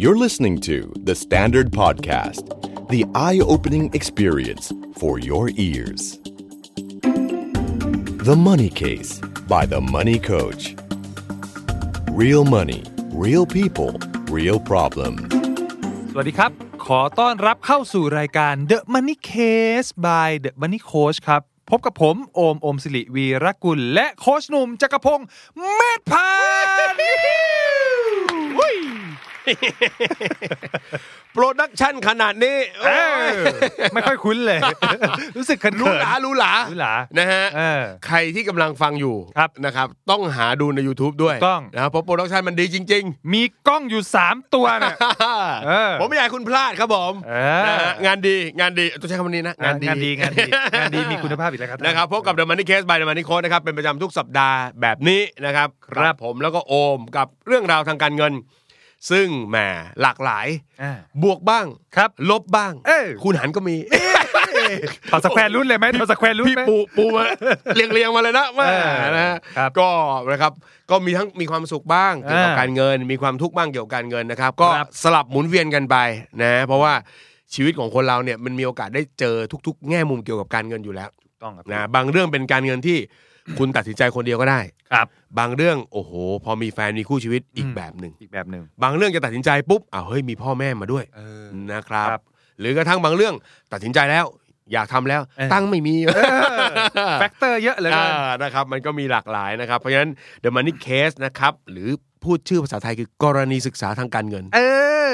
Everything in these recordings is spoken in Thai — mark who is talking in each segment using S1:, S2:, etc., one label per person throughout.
S1: You're listening to The Standard Podcast, the eye opening experience for your ears. The Money Case by The Money Coach. Real money, real people, real problem.
S2: สวัสดีครับ ขอต้อนรับเข้าสู่รายการ The Money Case by The Money Coach ครับ พบกับผม โอม โอมสิริวีรกุล และโคชหนุ่มจักรพงศ์เมธพันธ์
S3: โปรดักชันขนาดนี้
S2: เออไม่ค่อยคุ้นเลย รู้สึกขันๆ
S3: รู้หลารู้หลา
S2: หรูหรา
S3: นะฮะ
S2: เออ
S3: ใครที่กำลังฟังอยู่
S2: ครับ
S3: นะครับ ต้องหาดูใน YouTube ด้วย
S2: ถูกต้อง
S3: นะครับเพราะโปรดักชันมันดีจริง
S2: มีกล้องอยู่ 3 ตัวเนี่ย เออ
S3: ๆ ผมไม่อยากให้คุณพลาดครับผม
S2: เออ
S3: นะฮะงานดีงานดีต้องใช้คำนี้นะ งานดี
S2: งานดี งานดี ง านดีมีคุณภาพอีกแล้วครับ
S3: นะครับพบกับ The Money Case by The Money Coach นะครับเป็นประจำทุกสัปดาห์แบบนี้นะครับ
S2: ครับ
S3: ผมแล้วก็โอมกับเรื่องราวทางการเงิน ซึ่งแหมหลากหลาย
S2: อ่า
S3: บวกบ้าง
S2: ครับ
S3: ลบบ้าง
S2: เอ้ย
S3: คูณหารก็มี
S2: ถอดสแควร์รุ่นเลยไหมถอดสแควร์รุ่น
S3: พี่
S2: ไหม
S3: ปูปูมา เรียงเรียงมาเลยนะว่า
S2: เออ
S3: นะฮะ
S2: ครับ
S3: ก็นะครับก็มีทั้งมีความสุขบ้างเกี่ยวกับ
S2: อ่า
S3: การเงิน มีความทุกข์บ้างเกี่ยวกับการเงินนะครับ ก็
S2: ครับ
S3: สลับหมุนเวียนกันไปนะเพราะว่าชีวิตของคนเราเนี่ยมันมีโอกาสได้เจอทุก ๆ แง่มุมเกี่ยวกับการเงินอยู่แล้ว
S2: ต้องครับ
S3: นะบางเรื่องเป็นการเงินที่ คุณตัดสินใจคนเดียวก็ได้
S2: ครับ
S3: บางเรื่องโอ้โห พอมีแฟนมีคู่ชีวิตอีก
S2: อืม
S3: แบบหนึ่ง
S2: อีกแบบหนึ่ง
S3: บางเรื่องจะตัดสินใจปุ๊บอ้าวเฮ้ยมีพ่อแม่มาด้วย นะครับ
S2: ครับ
S3: หรือกระทั่งบางเรื่องตัดสินใจแล้ว อยากทำแล้ว
S2: เออ
S3: ตั้งค์ไม่มี
S2: แฟกเตอร์เยอะเหลย
S3: อ่านะครับมันก็มีหลากหลายนะครับ เพราะฉะนั้น The Money Case นะครับ หรือพูดชื่อภาษาไทยคือกรณีศึกษาทางการเงิน
S2: เอ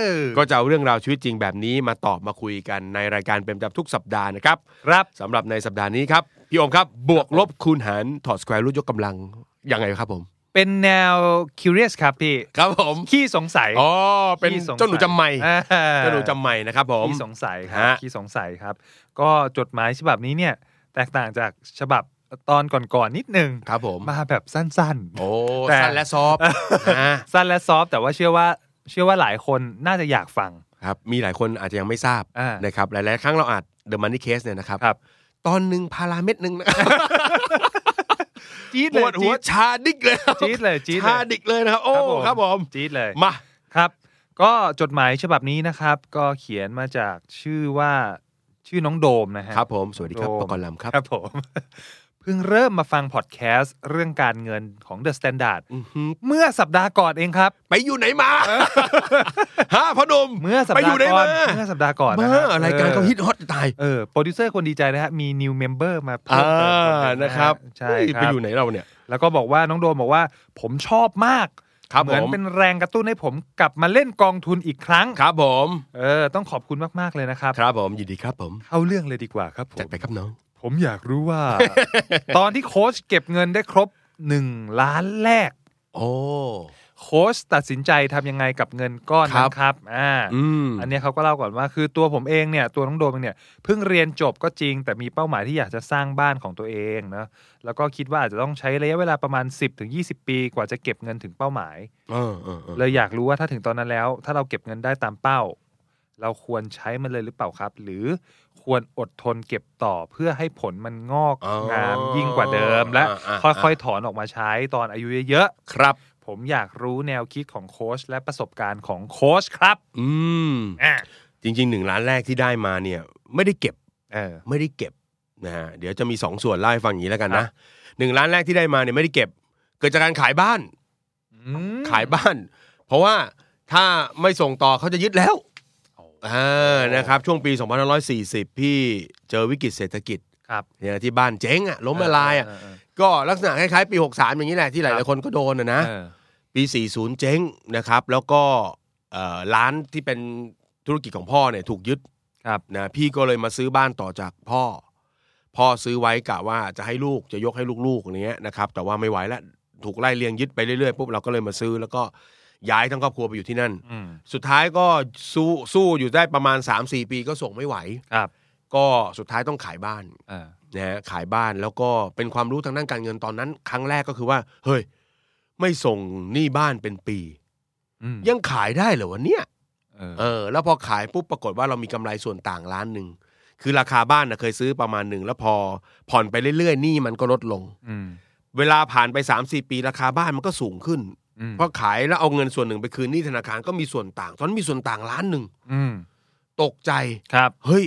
S2: อ
S3: ก็จะเอาเรื่องราวชีวิตจริงแบบนี้มาตอบมาคุยกันในรายการเป็นประจำทุกสัปดาห์นะครับ
S2: ครับ
S3: สำหรับในสัปดาห์นี้ครับ พี่โอมครับ บวกลบคูณหารถอดสแควร์รูทยกกำลังยังไงครับผม
S2: เป็นแนว curious ครับพี่
S3: ครับผม
S2: ขี้สงสัย
S3: อ๋อเป็น
S2: ขี้สงสัย
S3: เจ้าหนูจำไม่
S2: อ่
S3: เจ้าหนูจำไม่นะครับผม
S2: ขี้สงสัยครับ
S3: ฮะ
S2: ขี้สงสัยครับ ก็จดหมายฉบับนี้เนี่ย แตกต่างจากฉบับตอนก่อนๆนิดนึง
S3: ครับผม
S2: มาแบบสั้น
S3: โอ้
S2: แต่
S3: สั้นและซอ ฟต์นะ
S2: ๆ สั้นและซอฟต์แต่ว่าเชื่อว่าเชื่อว่าหลายคนน่าจะอยากฟัง
S3: ครับมีหลายคนอาจจะยังไม่ทราบ
S2: อ่าน
S3: นะครับหลายๆครั้งเราอาจ The Money Case เนี่ยนะครับ
S2: ครับ
S3: ตอนหนึ่งพาราเม็ดหนึ่งนะ
S2: จี๊ด
S3: ป
S2: เล
S3: วยดหัว ชาดิกเลยครับ
S2: จี๊ดเลยจี๊ด
S3: ชา
S2: เลย
S3: ดิกเลยนะครับ โอ้ครับผม
S2: จี๊ดเลย
S3: มา
S2: ครับ ก็จดหมายฉบับนี้นะครับ ก็เขียนมาจากชื่อว่าชื่อน้องโดมนะฮะ
S3: ครับผมสวัสดีครับ
S2: โดม
S3: ประกรณ์ลำครับ
S2: ครับผม เพิ่งเริ่มมาฟังพอดแคสต์เรื่องการเงินของ The Standard
S3: อื้อหือ
S2: เมื่อสัปดาห์ก่อนเองครับ
S3: ไปอยู่ไหนมาฮะพอหนม
S2: เมื่อสัป
S3: ไปอ
S2: ดาห์
S3: ยู่ไหน
S2: ก่อน
S3: มา
S2: เมื่อสัปดาห์ก่อนนะ
S3: มา
S2: ฮะ
S3: รายการ
S2: ออ
S3: เขาฮิตฮอตตาย
S2: เออโปรดิวเซอร์คนดีใจนะฮะมี new member มาเพิ่
S3: อ่าม
S2: เติมคหงฮ
S3: นะครับ
S2: ใช่
S3: เฮ้ย
S2: ค
S3: ไป
S2: รับ
S3: อยู่ไหนเราเนี่ย
S2: แล้วก็บอกว่าน้องโดมบอกว่า ผมชอบมาก
S3: ครับ
S2: เหมือน
S3: ผม
S2: เป็นแรงกระตุ้นให้ผมกลับมาเล่นกองทุนอีกครั้ง
S3: ครับผม
S2: เออต้องขอบคุณมากๆเลยนะครับ
S3: ครับผมยินดีครับผม
S2: เข้าเรื่องเลยดีกว่าครับผ
S3: จัด
S2: ม
S3: ไปครับน้อง
S2: ผมอยากรู้ว่า ตอนที่โค้ชเก็บเงินได้ครบหนึ่งล้านแรก
S3: โอ้
S2: โค้ชตัดสินใจทำยังไงกับเงินก้อน
S3: ครั
S2: นั้
S3: บ
S2: นครับอ่า
S3: อืม
S2: อันเนี้ยเขาก็เล่าก่อนว่า คือตัวผมเองเนี่ยตัวน้องโดมเองเนี่ยเพิ่งเรียนจบก็จริง แต่มีเป้าหมายที่อยากจะสร้างบ้านของตัวเองเนอะแล้วก็คิดว่าอาจจะต้องใช้ระยะเวลาประมาณ 10-20ถึง20 ปีกว่าจะเก็บเงินถึงเป้าหมาย
S3: เออเออเออ
S2: เลยอยากรู้ว่าถ้าถึงตอนนั้นแล้ว ถ้าเราเก็บเงินได้ตามเป้า เราควรใช้มันเลยหรือเปล่าครับ หรือควรอดทนเก็บต่อเพื่อให้ผลมันงอก
S3: อ๋อง
S2: ามยิ่งกว่าเดิม และ
S3: าา
S2: ค่อยๆถอนออกมาใช้ตอนอายุเยอะ
S3: ครับ
S2: ๆ ผมอยากรู้แนวคิดของโค้ชและประสบการณ์ของโค้ชครับ
S3: อืม
S2: อ่ะ
S3: จริงๆหนึ่งล้านแรกที่ได้มาเนี่ย ไม่ได้เก็บ
S2: เออ
S3: ไม่ได้เก็บนะฮะเดี๋ยวจะมีสองส่วนเล่าให้ฟังอย่างนี้แล้วกันนะหนึ่งล้านแรกที่ได้มาเนี่ยไม่ได้เก็บ เกิดจากการขายบ้าน
S2: อืม
S3: ขายบ้าน เพราะว่าถ้าไม่ส่งต่อเขาจะยึดแล้วอ่านะครับช่วงปี 2540 พี่เจอวิกฤตเศรษฐกิจ
S2: ครับ
S3: เนี่ยที่บ้านเจ๊งอ่ะล้มละลายอ่ะ
S2: เเ
S3: ก็ลักษณะคล้ายๆปี 63 อย่างนี้แหละที่หลายๆคนก็โดนนะนะ
S2: เออ
S3: ปี 40 เจ๊งนะครับ แล้วก็เอ่อร้านที่เป็นธุรกิจของพ่อเนี่ยถูกยึด
S2: ครับ
S3: นะพี่ก็เลยมาซื้อบ้านต่อจากพ่อ พ่อซื้อไว้กะว่าจะให้ลูกจะยกให้ลูกๆอย่างเงี้ยนะครับ แต่ว่าไม่ไหวแล้วถูกไล่เลียงยึดไปเรื่อยๆปุ๊บเราก็เลยมาซื้อ แล้วก็ย้ายทั้งครอบครัวไปอยู่ที่นั่น
S2: อืม
S3: สุดท้ายก็สู้สู้อยู่ได้ประมาณ 3-4 ปีก็ส่งไม่ไหว
S2: ครับ
S3: ก็สุดท้ายต้องขายบ้าน
S2: เออ
S3: นะฮะขายบ้านแล้วก็เป็นความรู้ทางด้านการเงินตอนนั้น ครั้งแรกก็คือว่า เฮ้ย ไม่ส่งหนี้บ้านเป็นปี
S2: อืม
S3: ยังขายได้เหรอวะเนี่ย
S2: เออ
S3: เออ แล้วพอขายปุ๊บปรากฏว่าเรามีกำไรส่วนต่างล้านหนึ่งคือราคาบ้านนะเคยซื้อประมาณหนึ่งแล้วพอผ่อนไปเรื่อยๆหนี้มันก็ลดลง
S2: อืม
S3: เวลาผ่านไป3 4ปีราคาบ้านมันก็สูงขึ้น
S2: อืม
S3: เพราะขายแล้วเอาเงินส่วนหนึ่งไปคืนหนี้ธนาคารก็มีส่วนต่าง ตอนนั้นมีส่วนต่างล้านหนึ่ง
S2: อืม
S3: ตกใจ
S2: ครับ
S3: เฮ้ย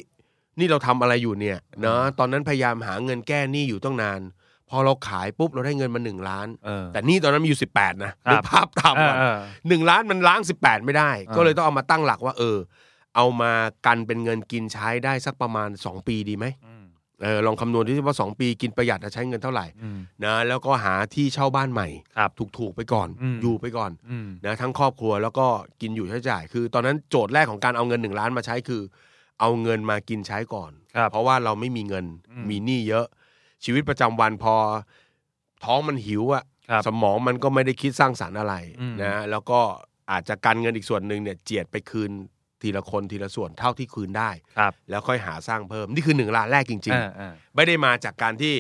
S3: นี่เราทำอะไรอยู่เนี่ยเนาะตอนนั้นพยายามหาเงินแก้หนี้อยู่ตั้งนาน พอเราขายปุ๊บเราได้เงินมาหนึ่งล้าน
S2: เออ
S3: แต่หนี้ตอนนั้นมีอยู่สิบแปดนะครับ นึกภาพตามก่อน
S2: เออ
S3: หนึ่งล้านมันล้างสิบแปดไม่ได้
S2: อ่า
S3: ก็เลยต้องเอามาตั้งหลักว่า เออ เอามากันเป็นเงินกินใช้ได้สักประมาณสองปีดีไหม
S2: อืม
S3: เออลองคำนวณดูสิว่าสองปีกินประหยัดจะใช้เงินเท่าไหร่
S2: อืม
S3: นะแล้วก็หาที่เช่าบ้านใหม่
S2: ครับ
S3: ถูกๆไปก่อน
S2: อืม
S3: ยู่ไปก่อน
S2: อืม
S3: นะทั้งครอบครัวแล้วก็กินอยู่ใช้จ่าย คือ ตอนนั้นโจทย์แรกของการเอาเงินหนึ่งล้านมาใช้คือ เอาเงินมากินใช้ก่อน
S2: ครับ
S3: เพราะว่าเราไม่มีเงิน
S2: อืม
S3: มีหนี้เยอะ ชีวิตประจำวันพอ ท้องมันหิวอะ
S2: ครับ
S3: สมองมันก็ไม่ได้คิดสร้างสารรค์อะไร
S2: อืม
S3: นะแล้วก็อาจจะการเงินอีกส่วนหนึ่งเนี่ยเจียดไปคืนทีละคนทีละส่วนเท่าที่คืนได้
S2: ครับ
S3: แล้วค่อยหาสร้างเพิ่มนี่คือหนึ่งล้านแรกจริง
S2: อ่าอ่า
S3: ๆ ไม่ได้มาจากการที่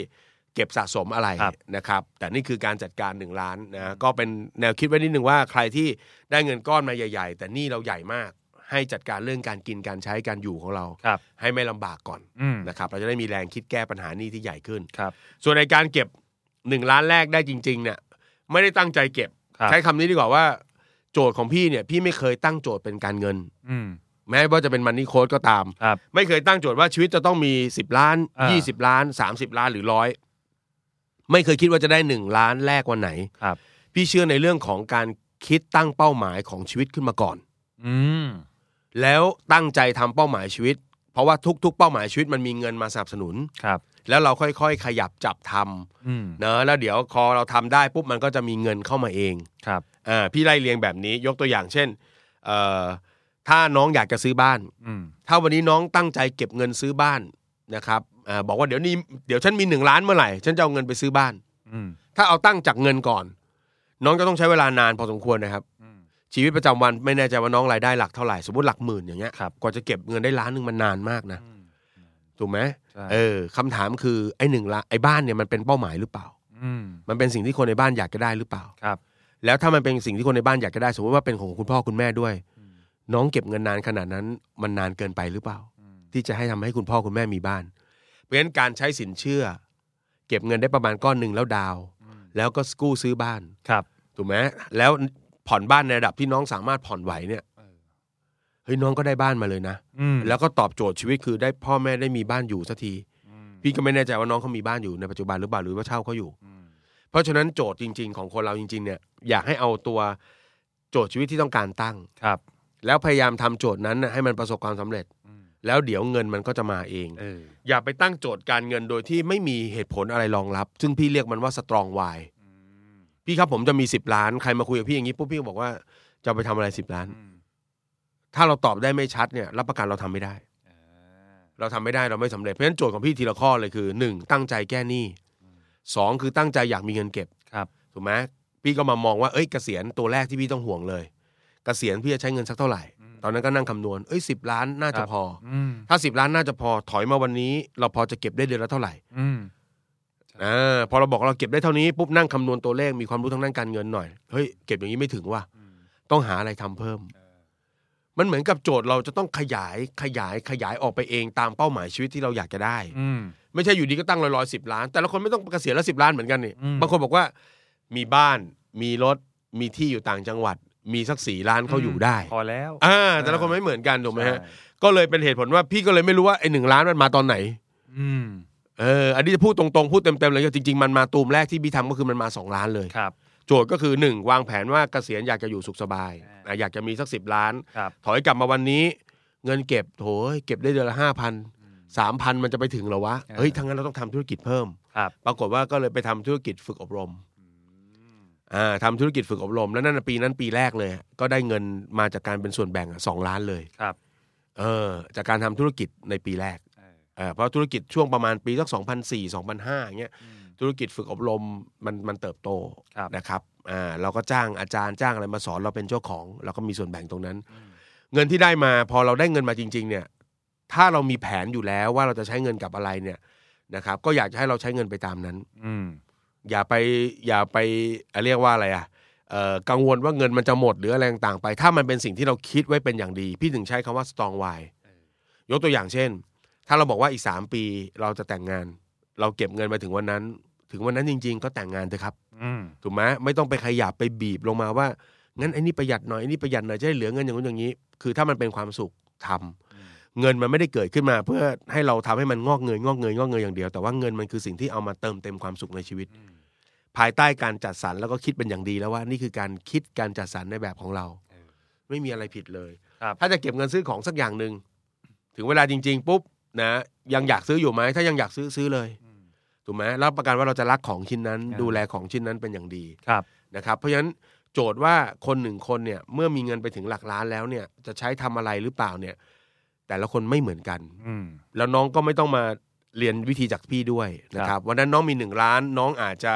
S3: เก็บสะสมอะไร
S2: ครับ
S3: นะครับ แต่นี่คือการจัดการ 1 ล้านนะก็เป็นแนวคิดไว้นิดนึงว่าใครที่ได้เงินก้อนมาใหญ่ ๆ แต่หนี่เราใหญ่มาก ให้จัดการเรื่องการกินการใช้การอยู่ของเรา
S2: ครับ
S3: ให้ไม่ลำบากก่อน
S2: อืม
S3: นะครับ เราจะได้มีแรงคิดแก้ปัญหาหนี้ที่ใหญ่ขึ้น
S2: ครับ
S3: ส่วนในการเก็บ 1 ล้านแรกได้จริง ๆ เนี่ยไม่ได้ตั้งใจเก็บ
S2: ครับ
S3: ใช้คำนี้ดีกว่าว่า โจทย์ของพี่เนี่ยพี่ไม่เคยตั้งโจทย์เป็นการเงิน
S2: อืม
S3: แม้ว่าจะเป็นมันนี่โค้ดก็ตาม
S2: ครับ
S3: ไม่เคยตั้งโจทย์ว่าชีวิตจะต้องมี 10 ล้าน
S2: อ่า
S3: 20 ล้าน 30 ล้านหรือร้อยไม่เคยคิดว่าจะได้ 1 ล้านแรกวันไหน
S2: ครับ
S3: พี่เชื่อในเรื่องของการคิดตั้งเป้าหมายของชีวิตขึ้นมาก่อน
S2: อืม
S3: แล้วตั้งใจทำเป้าหมายชีวิต เพราะว่าทุกๆ เป้าหมายชีวิตมันมีเงินมาสนับสนุน
S2: ครับ
S3: แล้วเราค่อยๆ ขยับจับท
S2: อืม
S3: ำเนอะแล้วเดี๋ยวพอเราทำได้ปุ๊บมันก็จะมีเงินเข้ามาเอง
S2: ครับ
S3: อ่าพี่ไล่เรียงแบบนี้ยกตัวอย่างเช่นเอ่อถ้าน้องอยากจะซื้อบ้าน
S2: อืม
S3: ถ้าวันนี้น้องตั้งใจเก็บเงินซื้อบ้านนะครับเออบอกว่าเดี๋ยวนี้เดี๋ยวฉันมีหนึ่งล้านเมื่อไหร่ ฉันจะเอาเงินไปซื้อบ้าน
S2: อืม
S3: ถ้าเอาตั้งจากเงินก่อน น้องจะต้องใช้เวลานานพอสมควรนะครับ
S2: อืม
S3: ชีวิตประจำวันไม่แน่ใจว่าน้องรายได้หลักเท่าไหร่ สมมติหลักหมื่นอย่างเงี้ย
S2: ครับ
S3: กว่าจะเก็บเงินได้ล้านหนึ่งมันนานมากนะ
S2: อืม
S3: ถูกไหม
S2: ใช่
S3: เออคำถามคือไอ้หนึ่งละไอ้บ้านเนี่ยมันเป็นเป้าหมายหรือเปล่า
S2: อืม
S3: มันเป็นสิ่งที่คนในบ้านอยากจะได้หรือเปล่า
S2: ครับ
S3: แล้วถ้ามันเป็นสิ่งที่คนในบ้านอยากจะได้ สมมติว่าเป็นของคุณพ่อคุณแม่ด้วย
S2: อืม
S3: น้องเก็บเงินนานขนาดนั้นมันนานเกินไปหรือเปล่า
S2: อืม
S3: ที่จะให้ทำให้คุณพ่อคุณแม่มีบ้าน เพราะฉะนั้นการใช้สินเชื่อ เก็บเงินได้ประมาณก้อนหนึ่งแล้วดาวน์
S2: อืม
S3: แล้วก็กู้ซื้อบ้าน
S2: ครับ
S3: ถูกไหมแล้วผ่อนบ้านในระดับที่น้องสามารถผ่อนไหวเนี่ย
S2: เออ
S3: เฮ้ยน้องก็ได้บ้านมาเลยนะ
S2: อืม
S3: แล้วก็ตอบโจทย์ชีวิตคือได้พ่อแม่ได้มีบ้านอยู่สักที
S2: อืม
S3: พี่ก็ไม่แน่ใจว่าน้องเขามีบ้านอยู่ในปัจจุบันหรือเปล่าหรือว่าเช่าเขาอยู่
S2: อืม
S3: เพราะฉะนั้นโจทย์จริง ๆ ของคนเราจริง ๆ เนี่ยอยากให้เอาตัวโจทย์ชีวิตที่ต้องการตั้ง
S2: ครับ
S3: แล้วพยายามทำโจทย์นั้นน่ะให้มันประสบความสำเร็จ
S2: อืม
S3: แล้วเดี๋ยวเงินมันก็จะมาเอง
S2: เออ
S3: อย่าไปตั้งโจทย์การเงินโดยที่ไม่มีเหตุผลอะไรรองรับ ซึ่งพี่เรียกมันว่าสตรองวาย
S2: อืม
S3: พี่ครับผมจะมี 10 ล้าน ใครมาคุยกับพี่อย่างนี้ปุ๊บพี่ก็บอกว่าจะเอาไปทำอะไร 10 ล้าน
S2: อืม
S3: ถ้าเราตอบได้ไม่ชัดเนี่ยรับประกันเราทำไม่ได้
S2: เออ
S3: เราทำไม่ได้เราไม่สำเร็จ เพราะฉะนั้นโจทย์ของพี่ทีละข้อเลยคือ 1. ตั้งใจแก้หนี้ 2. คือตั้งใจอยากมีเงินเก็บ
S2: ครับ
S3: ถูกไหมพี่ก็มามองว่าเอ้ยเกษียณตัวแรกที่พี่ต้องห่วงเลย เกษียณพี่จะใช้เงินสักเท่าไหร่
S2: อืม
S3: ตอนนั้นก็นั่งคำนวณเอ้ยสิล้านน่า
S2: ค
S3: จะ
S2: รับ
S3: พอ
S2: อืม
S3: ถ้า 10 ล้านน่าจะพอถอยมาวันนี้ เราพอจะเก็บได้เดือนละเท่าไหร่
S2: อืม
S3: อ่าพอเราบอกเราเก็บได้เท่านี้ปุ๊บนั่งคำนวณตัวเลขมีความรู้ทางด้านการเงินหน่อยเฮ้ยเก็บอย่างนี้ไม่ถึงว่ะ
S2: อืม
S3: ต้องหาอะไรทำเพิ่ม มันเหมือนกับโจทย์เราจะต้องขยายขยายขยายออกไปเองตามเป้าหมายชีวิตที่เราอยากจะได้
S2: อืม
S3: ไม่ใช่อยู่ดีก็ตั้งลอยๆสิบล้าน แต่ละคนไม่ต้องเกษียณละสิบล้านเหมือนกันนี่
S2: อืม
S3: บางคนบอกว่า มีบ้านมีรถมีที่อยู่ต่างจังหวัด มีสักสี่ล้านเขา
S2: อืม
S3: อยู่ได้
S2: พอแล้ว
S3: อ่าแต่ละคนไม่เหมือนกันถูกไหมฮะก็เลยเป็นเหตุผลว่าพี่ก็เลยไม่รู้ว่าไอ้หนึ่งล้านมันมาตอนไหน
S2: อืม
S3: เอออันนี้จะพูดตรงๆ พูดเต็มๆเลยก็จริงๆ มันมาตูมแรกที่พี่ทำก็คือมันมา 2 ล้านเลย
S2: ครับ
S3: โจทย์ก็คือ 1 วางแผนว่าเกษียณอยากจะอยู่สุขสบาย
S2: อ่า
S3: อ่ะอยากจะมีสักสิบล้าน
S2: ครับ
S3: ถอยกลับมาวันนี้ เงินเก็บโถยเก็บได้เดือนละห้าพัน
S2: อืม
S3: สามพันมันจะไปถึงเหรอวะ
S2: อ่า
S3: เฮ้ยทั้างนั้นเราต้องทำธุรกิจเพิ่ม
S2: ครับ
S3: ปรากฏว่าก็เลยไปทำธุรกิจฝึกอบรมอ่าทำธุรกิจฝึกอบรม แล้วนั่นนะปีนั้นปีแรกเลย ก็ได้เงินมาจากการเป็นส่วนแบ่งอ่ะสองล้านเลย
S2: ครับ
S3: เออ จากการทำธุรกิจในปีแรก
S2: เออ
S3: เออเพราะธุรกิจช่วงประมาณปีสัก2004 2005อย่างเงี้ย
S2: อืม
S3: ธุรกิจฝึกอบรมมันมันเติบโต
S2: ครับ
S3: นะครับอ่าเราก็จ้างอาจารย์จ้างอะไรมาสอนเราเป็นเจ้าของ เราก็มีส่วนแบ่งตรงนั้น เงินที่ได้มาพอเราได้เงินมาจริง ๆ เนี่ย ถ้าเรามีแผนอยู่แล้วว่าเราจะใช้เงินกับอะไรเนี่ยนะครับ ก็อยากจะให้เราใช้เงินไปตามนั้น
S2: อืม
S3: อย่าไปอย่าไปเอ่อเรียกว่าอะไรอ่ะเอ่อกังวลว่าเงินมันจะหมดหรืออะไรต่างๆไป ถ้ามันเป็นสิ่งที่เราคิดไว้เป็นอย่างดี พี่ถึงใช้คำว่า strong why ยกตัวอย่างเช่น ถ้าเราบอกว่าอีก 3 ปีเราจะแต่งงาน เราเก็บเงินมาถึงวันนั้น ถึงวันนั้นจริง ๆ ก็แต่งงานเถอะครับ
S2: อืม
S3: ถูกไหมไม่ต้องไปขยับไปบีบลงมาว่า งั้นไอ้นี่ประหยัดหน่อยไอ้นี่ประหยัดหน่อยจะได้เหลือเงินอย่างนู้นอย่างนี้ คือถ้ามันเป็นความสุขทำเงินมันไม่ได้เกิดขึ้นมา เพื่อให้เราทำให้มันงอกเงยงอกเงยงอกเงยอย่างเดียวแต่ว่าเงินมันคือสิ่งที่เอามาเติมเต็มความสุขในชีวิต
S2: อืม
S3: ภายใต้การจัดสรรแล้วก็คิดเป็นอย่างดีแล้วว่า นี่คือการคิดการจัดสรรในแบบของเรา ไม่มีอะไรผิดเลย
S2: ครับ
S3: ถ้าจะเก็บเงินซื้อของสักอย่างหนึ่งถึงเวลาจริง ๆ ปุ๊บนะยังอยากซื้ออยู่ไหมถ้ายังอยากซื้อซื้อเลย
S2: อืม
S3: ถูกไหมรับประกันว่าเราจะรักของชิ้นนั้น
S2: อ่า
S3: ดูแลของชิ้นนั้นเป็นอย่างดี
S2: ครับ
S3: นะครับเพราะฉะนั้นโจทย์ว่าคนหนึ่งคนเนี่ยเมื่อมีเงินไปถึงหลักล้านแล้วเนี่ยจะใช้ทำอะไรหรือเปล่าเนี่ย แต่ละคนไม่เหมือนกัน
S2: อืม
S3: แล้วน้องก็ไม่ต้องมาเรียนวิธีจากพี่ด้วยนะค
S2: ครั
S3: รับ บวันนั้นน้องมีหนึ่งล้านน้องอาจจะ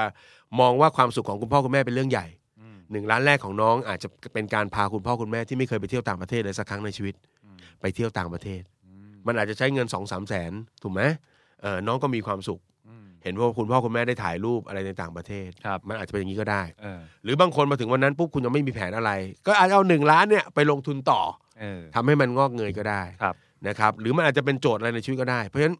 S3: มองว่าความสุขของคุณพ่อคุณแม่เป็นเรื่องใหญ่
S2: อืม
S3: หนึ่งล้านแรกของน้องอาจจะเป็นการพาคุณพ่อคุณแม่ที่ไม่เคยไปเที่ยวต่างประเทศเลยสักครั้งในชีวิต
S2: อืม
S3: ไปเที่ยวต่างประเทศ มันอาจจะใช้เงินสองสามแสนถูกไหมเออน้องก็มีความสุข
S2: อืม
S3: เห็นว่าคุณพ่อคุณแม่ได้ถ่ายรูปอะไรในต่างประเทศ
S2: ครับ
S3: มันอาจจะเป็นอย่างนี้ก็ได้
S2: เออ
S3: หรือบางคนมาถึงวันนั้นปุ๊บคุณยังไม่มีแผนอะไร ก็อาจจะเอาหนึ่งล้านเนี่ยไปลงทุนต่อ
S2: เออ
S3: ทำให้มันงอกเงยก็ได้
S2: ครับ
S3: นะครับหรือมันอาจจะเป็นโจทย์อะไรในชีวิตก็ได้ เพราะฉะนั้น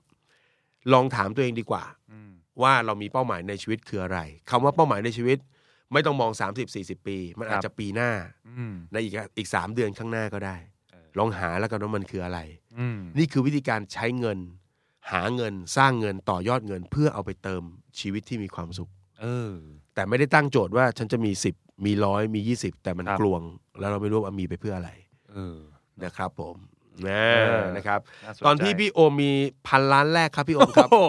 S3: ลองถามตัวเองดีกว่า
S2: อืม
S3: ว่าเรามีเป้าหมายในชีวิตคืออะไรคำว่าเป้าหมายในชีวิต ไม่ต้องมอง 30 40 ปี มันอาจจะปีหน้า
S2: อืม
S3: ในอีกอีกสามเดือนข้างหน้าก็ได้
S2: เออ
S3: ลองหาแล้วกันว่ามันคืออะไร
S2: อืม
S3: นี่คือวิธีการใช้เงิน หาเงินสร้างเงินต่อยอดเงิน เพื่อเอาไปเติมชีวิตที่มีความสุข
S2: เออ
S3: แต่ไม่ได้ตั้งโจทย์ว่าฉันจะมี 10 มีร้อยมี 20 แต่มัน
S2: ครับ
S3: กลวง แล้วเราไม่รู้ว่ามีไปเพื่ออะไร
S2: เออ
S3: นะครับผมนะ
S2: เออ
S3: นะครับ
S2: าสใจ
S3: ตอนที่พี่โอมมีพันล้านแรกครับพี่โอมค
S2: โอ้
S3: รับ
S2: โห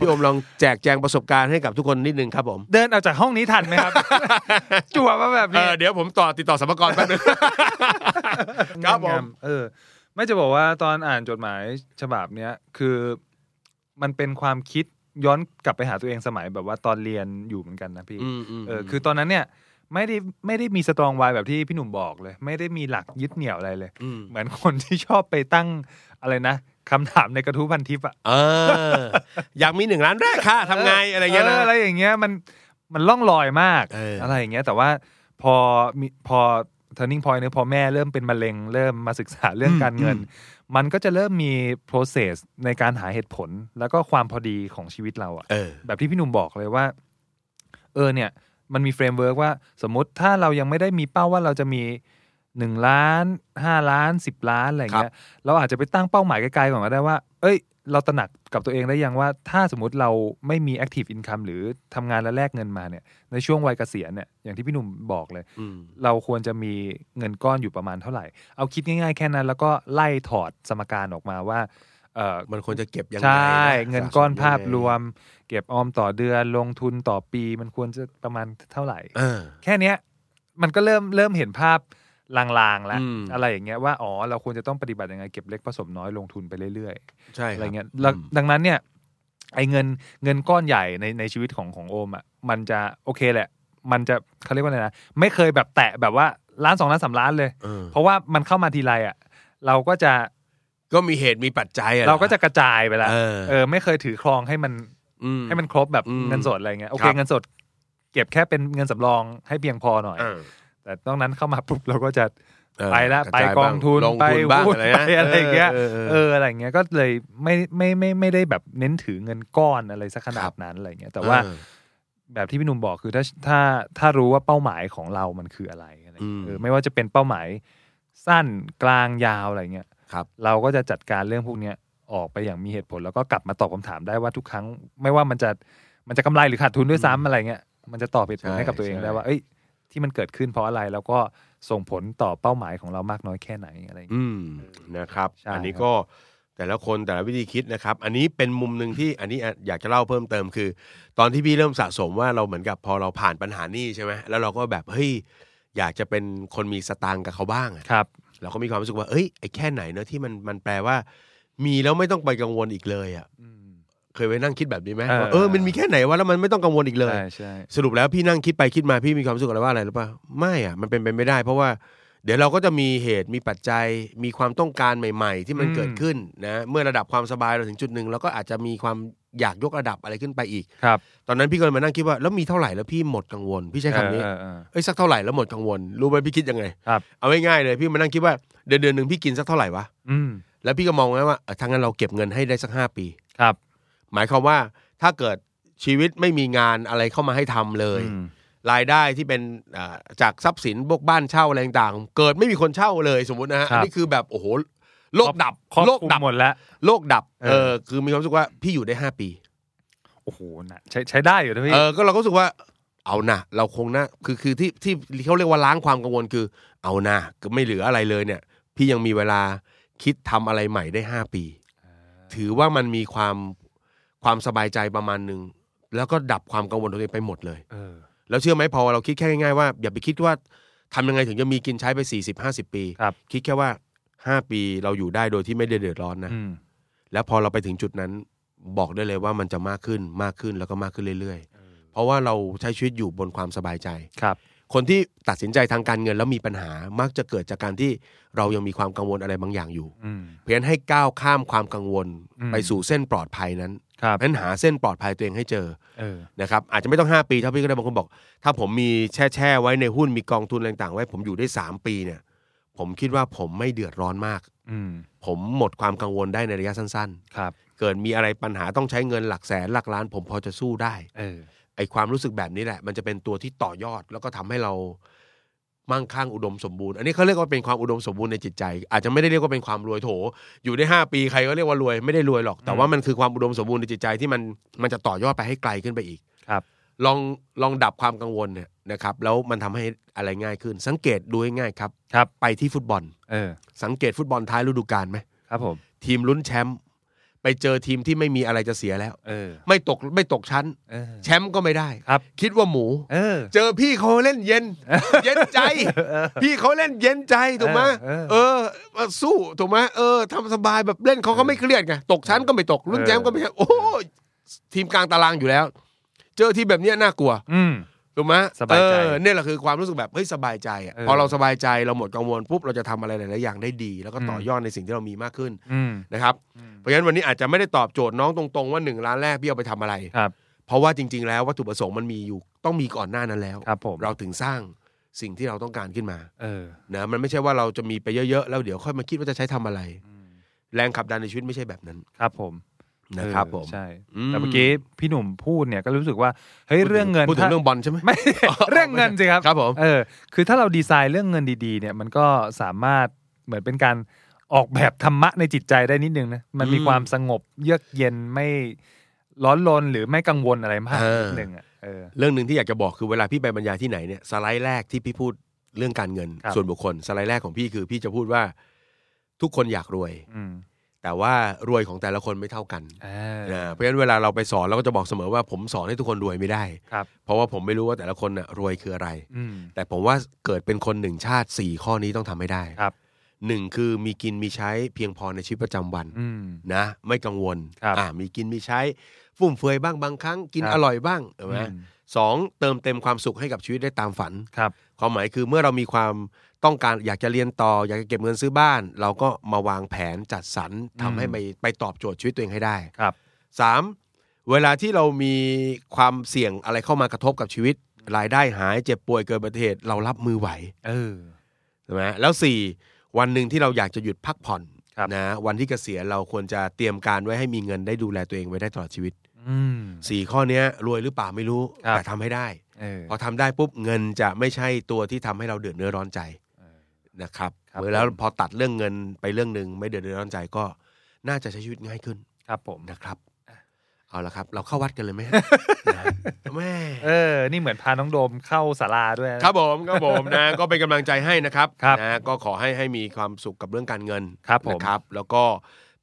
S3: พี่โอมลองแจกแจงประสบการณ์ให้กับทุกคนนิดนึงครับผม
S2: เดินออกจากห้องนี้ทันไหมครับ จั่วมาแบบ
S3: เอ
S2: นี้
S3: อเดี๋ยวผมต่อติดต่อสมกรแป๊บนึง ครับผม
S2: งามๆเออ ไม่จะบอกว่าตอนอ่านจดหมายฉบับเนี้ยคือมันเป็นความคิดย้อนกลับไปหาตัวเองสมัยแบบว่าตอนเรียนอยู่เหมือนกันนะพี่ เออคือตอนนั้นเนี่ยไม่ได้ไม่ได้มีสตรองวายแบบที่พี่หนุ่มบอกเลย ไม่ได้มีหลักยึดเหนี่ยวอะไรเลย
S3: ม
S2: เหมือนคนที่ชอบไปตั้งอะไรนะคำถามในกระทู้พันทิปอะ
S3: เออ อยากมีหนึ่งล้านแรกค่ะทำไงอะไรอย่างเงี้ยนะ
S2: อะไรอย่างเงี้ยมันมันล่องลอยมาก
S3: เอออ
S2: ไรอย่างเงี้ย แต่ว่าพอมีพอ turning point เนี่ยพอแม่เริ่มเป็นมะเร็ง เริ่มมาศึกษาเรื่องการเงิน มันก็จะเริ่มมี process ในการหาเหตุผล แล้วก็ความพอดีของชีวิตเราอะ
S3: เออ
S2: แบบที่พี่หนุ่มบอกเลยว่า เออเนี่ย มันมีเฟรมเวิร์กว่าสมมติถ้าเรายังไม่ได้มีเป้าว่าเราจะมีหนึ่งล้านห้าล้านสิบล้านอะไรอย่างเงี้ยเราอาจจะไปตั้งเป้าหมายไกลๆก่อนก็ได้ว่า เอ้ย เราตระหนักกับตัวเองได้ยังว่า ถ้าสมมติเราไม่มี Active Income หรือทำงานและแลกเงินมาเนี่ยในช่วงวัยเกษียณเนี่ยอย่างที่พี่หนุ่มบอกเลย
S3: อืม
S2: เราควรจะมีเงินก้อนอยู่ประมาณเท่าไหร่ เอาคิดง่ายๆแค่นั้น แล้วก็ไล่ถอดสมการออกมาว่าเอ่อ
S3: มันควรจะเก็บยังไง
S2: ใช่
S3: ะ
S2: เงินก้อน
S3: สะสมยังไง
S2: ภาพรวม เก็บออมต่อเดือนลงทุนต่อปีมันควรจะประมาณเท่าไหร่
S3: เออ
S2: แค่เนี้ยมันก็เริ่มเริ่มเห็นภาพลางๆแล้ว
S3: อืม
S2: อะไรอย่างเงี้ยว่าอ๋อเราควรจะต้องปฏิบัติยังไงเก็บเล็กผสมน้อยลงทุนไปเรื่อย
S3: ใช่
S2: ๆอะ
S3: ค
S2: ไร
S3: บ
S2: เงี้ยแล้ว
S3: อืม
S2: ดังนั้นเนี่ยไอ้เงินเงินก้อนใหญ่ในในชีวิตของของโอมอ่ะมันจะโอเคแหละ มันจะเขาเรียกว่าไงนะไม่เคยแบบแตะแบบว่าล้านสองล้านสามล้านเลย
S3: เออ
S2: เพราะว่ามันเข้ามาทีไรอ่ะเราก็จะ
S3: ก็มีเหตุมีปัจจัยอะ
S2: เราก็จะกระจายไปละ
S3: เออ
S2: เออไม่เคยถือครองให้มัน
S3: อืม
S2: ให้มันครบแบบ
S3: อืม
S2: เงินสดอะไรเงี้ยโอ
S3: ค
S2: เครับ เงินสด เก็บแค่เป็นเงินสำรองให้เพียงพอหน่อย
S3: เออ
S2: แต่นอกนั้นเข้ามาปุ๊บเราก็จะ
S3: เออ
S2: ไปละ
S3: กระ
S2: ไป
S3: จาย
S2: กองทุน
S3: บ้างลง
S2: ไป
S3: ทุนบ้าง
S2: หุ้น
S3: อะไรนะ
S2: ไปอะไรเงี้ย
S3: เออเออเออ
S2: เอออะไรเงี้ยก็เลยไม่ไม่ไม่ไม่ได้แบบเน้นถือเงินก้อนอะไรสักขนา
S3: ครั
S2: ด
S3: บ
S2: นั้นอะไรเงี้ยแต่ว่า
S3: เออ
S2: แบบที่พี่หนุ่มบอกคือถ้าถ้าถ้ารู้ว่าเป้าหมายของเรามันคืออะไรอะไร
S3: อื
S2: เงี้ย
S3: ม
S2: เออไม่ว่าจะเป็นเป้าหมายสั้นกลางยาวอะไรเงี้ย
S3: ครับ
S2: เราก็จะจัดการเรื่องพวกเนี้ยออกไปอย่างมีเหตุผลแล้วก็กลับมาตอบคำถามได้ว่าทุกครั้ง ไม่ว่ามันจะมันจะกำไรหรือขาดทุนด้วยซ้ำอะไรเงี้ยมันจะตอบเหตุผลให้กับตัวเองได้ว่าเอ้ยที่มันเกิดขึ้นเพราะอะไรแล้วก็ส่งผลต่อเป้าหมายของเรามากน้อยแค่ไหนอะไรเงี้ย
S3: อืมนะครับ
S2: ใช่
S3: อันนี้ก็แต่ละคนแต่ละวิธีคิดนะครับ อันนี้เป็นมุมหนึ่งที่อันนี้อ่ะอยากจะเล่าเพิ่มเติมคือ ตอนที่พี่เริ่มสะสมว่าเราเหมือนกับพอเราผ่านปัญหานี่ใช่ไหมแล้วเราก็แบบเฮ้ยอยากจะเป็นคนมีสตางค์กับเขาบ้างอะ
S2: ครับ
S3: เราก็มีความรู้สึกว่าเอ้ยไอ้แค่ไหนเนอะที่มันมันแปลว่า มีแล้วไม่ต้องไปกังวลอีกเลยอ่ะเคยไปนั่งคิดแบบนี้ไหม
S2: เออ
S3: ว่าเออมันมีแค่ไหนวะแล้วมันไม่ต้องกังวลอีกเลย
S2: ใช่ใช่
S3: สรุปแล้วพี่นั่งคิดไปคิดมาพี่มีความรู้สึกอะไรว่าอะไรหรือเปล่าไม่อ่ะมันเป็นไปไม่ได้ เพราะว่าเดี๋ยวเราก็จะมีเหตุมีปัจจัย มีความต้องการใหม่ ๆ ที่มันเกิดขึ้นนะเมื่อระดับความสบายเราถึงจุดหนึ่งเราก็อาจจะมีความอยากยกระดับอะไรขึ้นไปอีก
S2: ครับ
S3: ตอนนั้นพี่ก็เลยมานั่งคิดว่าแล้วมีเท่าไหร่แล้วพี่หมดกังวล พี่ใช้คำนี้
S2: เออเออเออ
S3: เอ้ยสักเท่าไหร่แล้วหมดกังวล รู้ไหมพี่คิดยังไง
S2: ครับ
S3: เอาง่ายๆเลยพี่มานั่งคิดว่าเดือนเดือนหนึ่งพี่กินสักเท่าไหร่วะ
S2: อืม
S3: แล้วพี่ก็มองไว้ว่าเออถ้างั้นเราเก็บเงินให้ได้สักห้าปี
S2: ครับ
S3: หมายความว่าถ้าเกิด ชีวิตไม่มีงานอะไรเข้ามาให้ทำเลย
S2: อืม
S3: รายได้ที่เป็นอ่าจากทรัพย์สินพวกบ้านเช่าอะไรต่างๆเกิดไม่มีคนเช่าเลยสมมตินะฮะ
S2: ครับ
S3: อันนี้คือแบบโอ้โหโลกดับ
S2: ครอบ
S3: โลก
S2: คลุม
S3: ดับ
S2: หมดแล้ว
S3: โลกดับ
S2: เออ
S3: เออคือมีความรู้สึกว่าพี่อยู่ได้ห้าปี
S2: โอ้โหนะใช้ใช้ได้อยู่นะพี่
S3: เออ ก็เราก็รู้สึกว่า เอานะเราคงนะ คือ คือที่ ที่เขาเรียกว่าล้างความกังวลคือ เอานะก็ไม่เหลืออะไรเลยเนี่ย พี่ยังมีเวลาคิดทำอะไรใหม่ได้ห้าปี ถือว่ามันมีความ ความสบายใจประมาณหนึ่ง แล้วก็ดับความกังวลตัวเองไปหมดเลย
S2: เออ
S3: แล้วเชื่อไหมพอเราคิดแค่ง่ายๆว่า อย่าไปคิดว่าทำยังไงถึงจะมีกินใช้ไปสี่สิบห้าสิบปี
S2: ครับ
S3: คิดแค่ว่าห้าปีเราอยู่ได้โดยที่ไม่ได้เดือดร้อนนะ
S2: อืม
S3: แล้วพอเราไปถึงจุดนั้นบอกได้เลยว่ามันจะมากขึ้นมากขึ้นแล้วก็มากขึ้นเรื่อยๆ เพราะว่าเราใช้ชีวิตอยู่บนความสบายใจ
S2: ครับ
S3: คนที่ตัดสินใจทางการเงินแล้วมีปัญหามักจะเกิดจากการที่เรายังมีความกังวลอะไรบางอย่างอยู่
S2: อืม
S3: เพียงให้ก้าวข้ามความกังวล
S2: อืม
S3: ไปสู่เส้นปลอดภัยนั้น
S2: ครับ
S3: นั้นหาเส้นปลอดภัยตัวเองให้เจอ
S2: เออ
S3: นะครับอาจจะไม่ต้อง 5 ปีเท่าพี่ก็ได้บางคนบอก ถ้าผมมีแช่แช่ๆไว้ในหุ้นมีกองทุนอะไรต่างๆไว้ผมอยู่ได้สามปีเนี่ย ผมคิดว่าผมไม่เดือดร้อนมาก
S2: อืม
S3: ผมหมดความกังวลได้ในระยะสั้น ๆ
S2: ครับ
S3: เกิดมีอะไรปัญหาต้องใช้เงินหลักแสนหลักล้าน ผมพอจะสู้ได้
S2: เออ
S3: ไอความรู้สึกแบบนี้แหละ มันจะเป็นตัวที่ต่อยอด แล้วก็ทำให้เรามั่งคั่งอุดมสมบูรณ์ อันนี้เขาเรียกว่าเป็นความอุดมสมบูรณ์ในจิตใจ อาจจะไม่ได้เรียกว่าเป็นความรวยโถ อยู่ได้ห้าปีใครก็เรียกว่ารวยไม่ได้รวยหรอก แต่ว่ามันคือความอุดมสมบูรณ์ในจิตใจที่มันมันจะต่อยอดไปให้ไกลขึ้นไปอีก
S2: ครับ
S3: ลองลองดับความกังวลเนี่ยนะครับแล้วมันทำให้อะไรง่ายขึ้น สังเกตดูให้ง่ายครับ
S2: ครับ
S3: ไปที่ฟุตบอล
S2: เออ
S3: สังเกตฟุตบอลท้ายฤดูกาลไหม
S2: ครับผม
S3: ทีมลุ้นแชมป์ไปเจอทีมที่ไม่มีอะไรจะเสียแล้ว
S2: เออ
S3: ไม่ตกไม่ตกชั้น
S2: เออ
S3: แชมป์ก็ไม่ได้
S2: ครับ
S3: คิดว่าหมู
S2: เออ
S3: เจอพี่เขาเล่นเย็ น เย็นใจ พี่เขาเล่นเย็นใจถูกไหม
S2: เออ
S3: เออมาสู้ถูกไหมเออทำสบายแบบเล่นเขาก็ไม่เครียดไงตกชั้นก็ไม่ตกลุ้น
S2: เออ
S3: แชมป์ก็ไม่โอ้โหทีมกลางตารางอยู่แล้ว เจอทีมแบบเนี้ยน่ากลัว
S2: อืม
S3: ถูกไหม
S2: สบายใจ
S3: เออเนี่ยแหละคือความรู้สึกแบบเฮ้ยสบายใจอะ
S2: เออ
S3: พอเราสบายใจเราหมดกังวลปุ๊บเราจะทำอะไรหลายๆอย่างได้ดี แล้วก็ต่ออ
S2: ม
S3: ยอดในสิ่งที่เรามีมากขึ้น
S2: อืม
S3: นะครับ
S2: อืม
S3: เพราะฉะนั้นวันนี้อาจจะไม่ได้ตอบโจทย์น้องตรงๆว่าหนึ่งล้านแรกพี่เอาไปทำอะไร
S2: ครับ
S3: เพราะว่าจริง ๆ แล้ววัตถุประสงค์มันมีอยู่ต้องมีก่อนหน้านั้นแล้ว
S2: ครับผม
S3: เราถึงสร้างสิ่งที่เราต้องการขึ้นมา
S2: เออ
S3: นะมันไม่ใช่ว่าเราจะมีไปเยอะๆแล้วเดี๋ยวค่อยมาคิดว่าจะใช้ทำอะไร
S2: อืม
S3: แรงขับดันในชีวิตไม่ใช่แบบนั้น
S2: ครับผม
S3: นะครับผม
S2: เออใช่
S3: อืม
S2: แต่เมื่อกี้พี่หนุ่มพูดเนี่ยก็รู้สึกว่า เฮ้ย เรื่องเงิน
S3: พูดถึง
S2: ถ้า
S3: เรื่องบอลใช่ไหม
S2: ไม่ เรื่องเงินสิครับ
S3: ครับผม
S2: เออ คือถ้าเราดีไซน์เรื่องเงินดีๆ เนี่ย มันก็สามารถเหมือนเป็นการออกแบบธรรมะในจิตใจได้นิดนึงนะ มันมี
S3: อืม
S2: ความสงบเยือกเย็นไม่ร้อนรนหรือไม่กังวลอะไรมาก
S3: เออ
S2: นิดนึงอ่ะ เออ
S3: เรื่องหนึ่งที่อยากจะบอกคือเวลาพี่ไปบรรยายที่ไหนเนี่ยสไลด์แรกที่พี่พูดเรื่องการเงิน
S2: ครับ
S3: ส่วนบุคคลสไลด์แรกของพี่คือพี่จะพูดว่าทุกคนอยากรวย
S2: อืม
S3: แต่ว่ารวยของแต่ละคนไม่เท่ากัน
S2: เออ
S3: นะเพราะฉะนั้นเวลาเราไปสอนเราก็จะบอกเสมอว่าผมสอนให้ทุกคนรวยไม่ได้
S2: ครับ
S3: เพราะว่าผมไม่รู้ว่าแต่ละคนน่ะรวยคืออะไร
S2: อืม
S3: แต่ผมว่าเกิดเป็นคนหนึ่งชาติ 4 ข้อนี้ต้องทำให้ได้
S2: ครับ
S3: หนึ่งคือมีกินมีใช้เพียงพอในชีวิตประจำวัน
S2: อืม
S3: นะไม่กังวล
S2: ครับ
S3: อ่ามีกินมีใช้ฟุ่มเฟือยบ้างบางครั้ง กิน
S2: ครับ
S3: อร่อยบ้างใช่ไหม
S2: อืม
S3: สองเติมเต็มความสุขให้กับชีวิตได้ตามฝัน
S2: ครับ
S3: ความหมายคือเมื่อเรามีความต้องการอยากจะเรียนต่อ อยากจะเก็บเงินซื้อบ้าน เราก็มาวางแผนจัดสรรทำให้ไปไปตอบโจทย์ชีวิตตัวเองให้ได้
S2: ครับ
S3: สามเวลาที่เรามีความเสี่ยงอะไรเข้ามากระทบกับชีวิต รายได้หายเจ็บป่วยเกิดอุบัติเหตุเรารับมือไหว
S2: เออ
S3: ใช่ไหมแล้วสี่วันหนึ่งที่เราอยากจะหยุดพักผ่อน
S2: ครับ
S3: นะวันที่เกษียณเราควรจะเตรียมการไว้ให้มีเงินได้ดูแลตัวเองไว้ได้ตลอดชีวิต
S2: อืม
S3: สี่ข้อเนี้ยรวยหรือเปล่าไม่รู้
S2: ครับ
S3: แต่ทำให้ได้
S2: เออ
S3: พอทำได้ปุ๊บเงินจะไม่ใช่ตัวที่ทำให้เราเดือดเนื้อร้อนใจนะครับ
S2: ครับ
S3: เมื่อแล้ว
S2: ผม
S3: พอตัดเรื่องเงินไปเรื่องหนึ่งไม่เดือดเนื้อร้อนใจก็น่าจะใช้ชีวิตง่ายขึ้น
S2: ครับผม
S3: นะครับ เอาละครับ เราเข้าวัดกันเลยไหม ฮะ แม่
S2: เออ นี่เหมือนพาน้องโดมเข้าศาลาด้วยนะ
S3: ครับผมครับผม นะ ก็เป็นกำลังใจให้นะครับ
S2: ครับ
S3: นะก็ขอให้ให้มีความสุขกับเรื่องการเงิน
S2: ครับผม
S3: นะครับ แล้วก็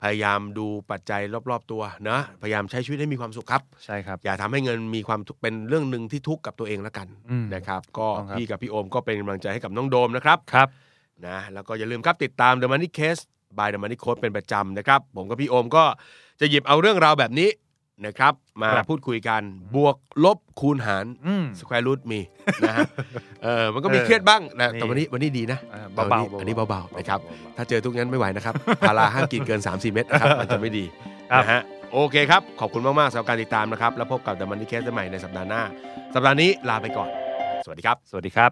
S3: พยายามดูปัจจัยรอบๆตัวนะพยายามใช้ชีวิตให้มีความสุขครับ
S2: ใช่ครับ
S3: อย่าทำให้เงินมีความทุกข์เป็นเรื่องหนึ่งที่ทุกข์กับตัวเองแล้วกัน
S2: อืม
S3: นะครับ ก็
S2: ต้องครับ
S3: พี่กับพี่โอมก็เป็นกำลังใจให้กับน้องโดมนะครับ
S2: ครับ
S3: นะแล้วก็อย่าลืมครับติดตาม The Money Case by The Money Coach เป็นประจำนะครับ ผมกับพี่โอมก็จะหยิบเอาเรื่องราวแบบนี้นะครับ มา
S2: ครับ
S3: พูดคุยกันบวกลบคูณหาร
S2: อืม
S3: สแควรูทมี นะฮะเออมันก็มี
S2: เออ
S3: เครียดบ้างนะ
S2: นี่
S3: แต่วันนี้วันนี้ดีนะ
S2: เออ
S3: แต่
S2: เบาๆ
S3: วันนี้อันนี้เบาๆนะครับ
S2: เบาๆ
S3: ถ้าเจอทุกงั้นไม่ไหวนะครับ พาราห้ามกินเกิน 3-4 เม็ด นะครับมันจะไม่ดี
S2: ครับ
S3: นะฮะโอเคครับ ขอบคุณมากๆสำหรับการติดตามนะครับ แล้วพบกับ The Money Case ได้ใหม่ในสัปดาห์หน้า สัปดาห์นี้ลาไปก่อน สวัสดีครับ
S2: สวัสดีครับ